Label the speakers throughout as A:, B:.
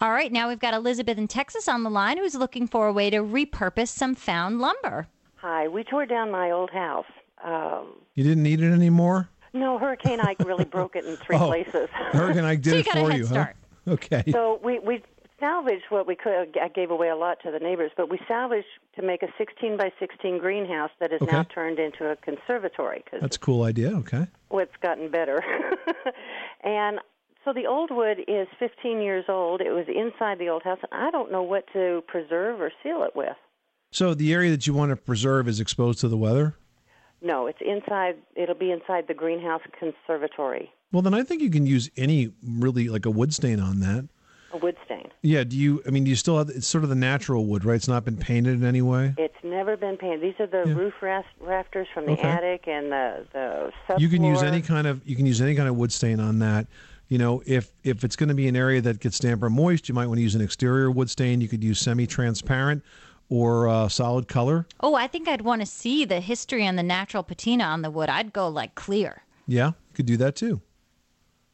A: All right, now we've got Elizabeth in Texas on the line who's looking for a way to repurpose some found lumber.
B: Hi, we tore down my old house. Um,
C: You didn't need it anymore?
B: no, Hurricane Ike really broke it in three
C: Oh.
B: places.
C: Hurricane Ike did
A: So you
C: it
A: got a
C: for
A: head
C: you,
A: start.
C: huh? Okay.
B: so we we salvaged what we could. I gave away a lot to the neighbors, but we salvaged to make a 16 by 16 greenhouse that is now
C: Okay.
B: turned into a conservatory because
C: That's a cool idea. Okay.
B: what's gotten better. and so the old wood is 15 years old. It was inside the old house, and I don't know what to preserve or seal it with.
C: So the area that you want to preserve is exposed to the weather?
B: No, it's inside. It'll be inside the greenhouse conservatory,
C: Well, then I think you can use any really like a wood stain on that.
B: a wood stain.
C: Yeah. Do you, I mean, do you still have, it's sort of the natural wood, right? It's not been painted in any way?
B: It's never been painted. These are the
C: Yeah.
B: roof ras- rafters from the
C: Okay.
B: attic and the the subfloor.
C: you can use any kind of you can use any kind of wood stain on that you know if if it's going to be an area that gets damp or moist you might want to use an exterior wood stain you could use semi-transparent or uh, solid color
A: Oh, I think I'd want to see the history and the natural patina on the wood. I'd go like clear.
C: yeah you could do that too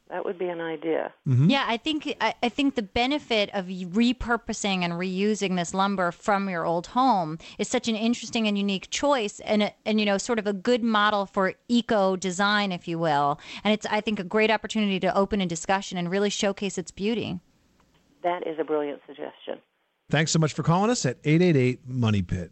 B: That would be an idea.
C: Mm.
A: Yeah, I think I, I think the benefit of repurposing and reusing this lumber from your old home is such an interesting and unique choice, and a, and you know sort of a good model for eco design, if you will. And it's I think a great opportunity to open a discussion and really showcase its beauty.
B: That is a brilliant suggestion.
C: thanks so much for calling us at 888 money pit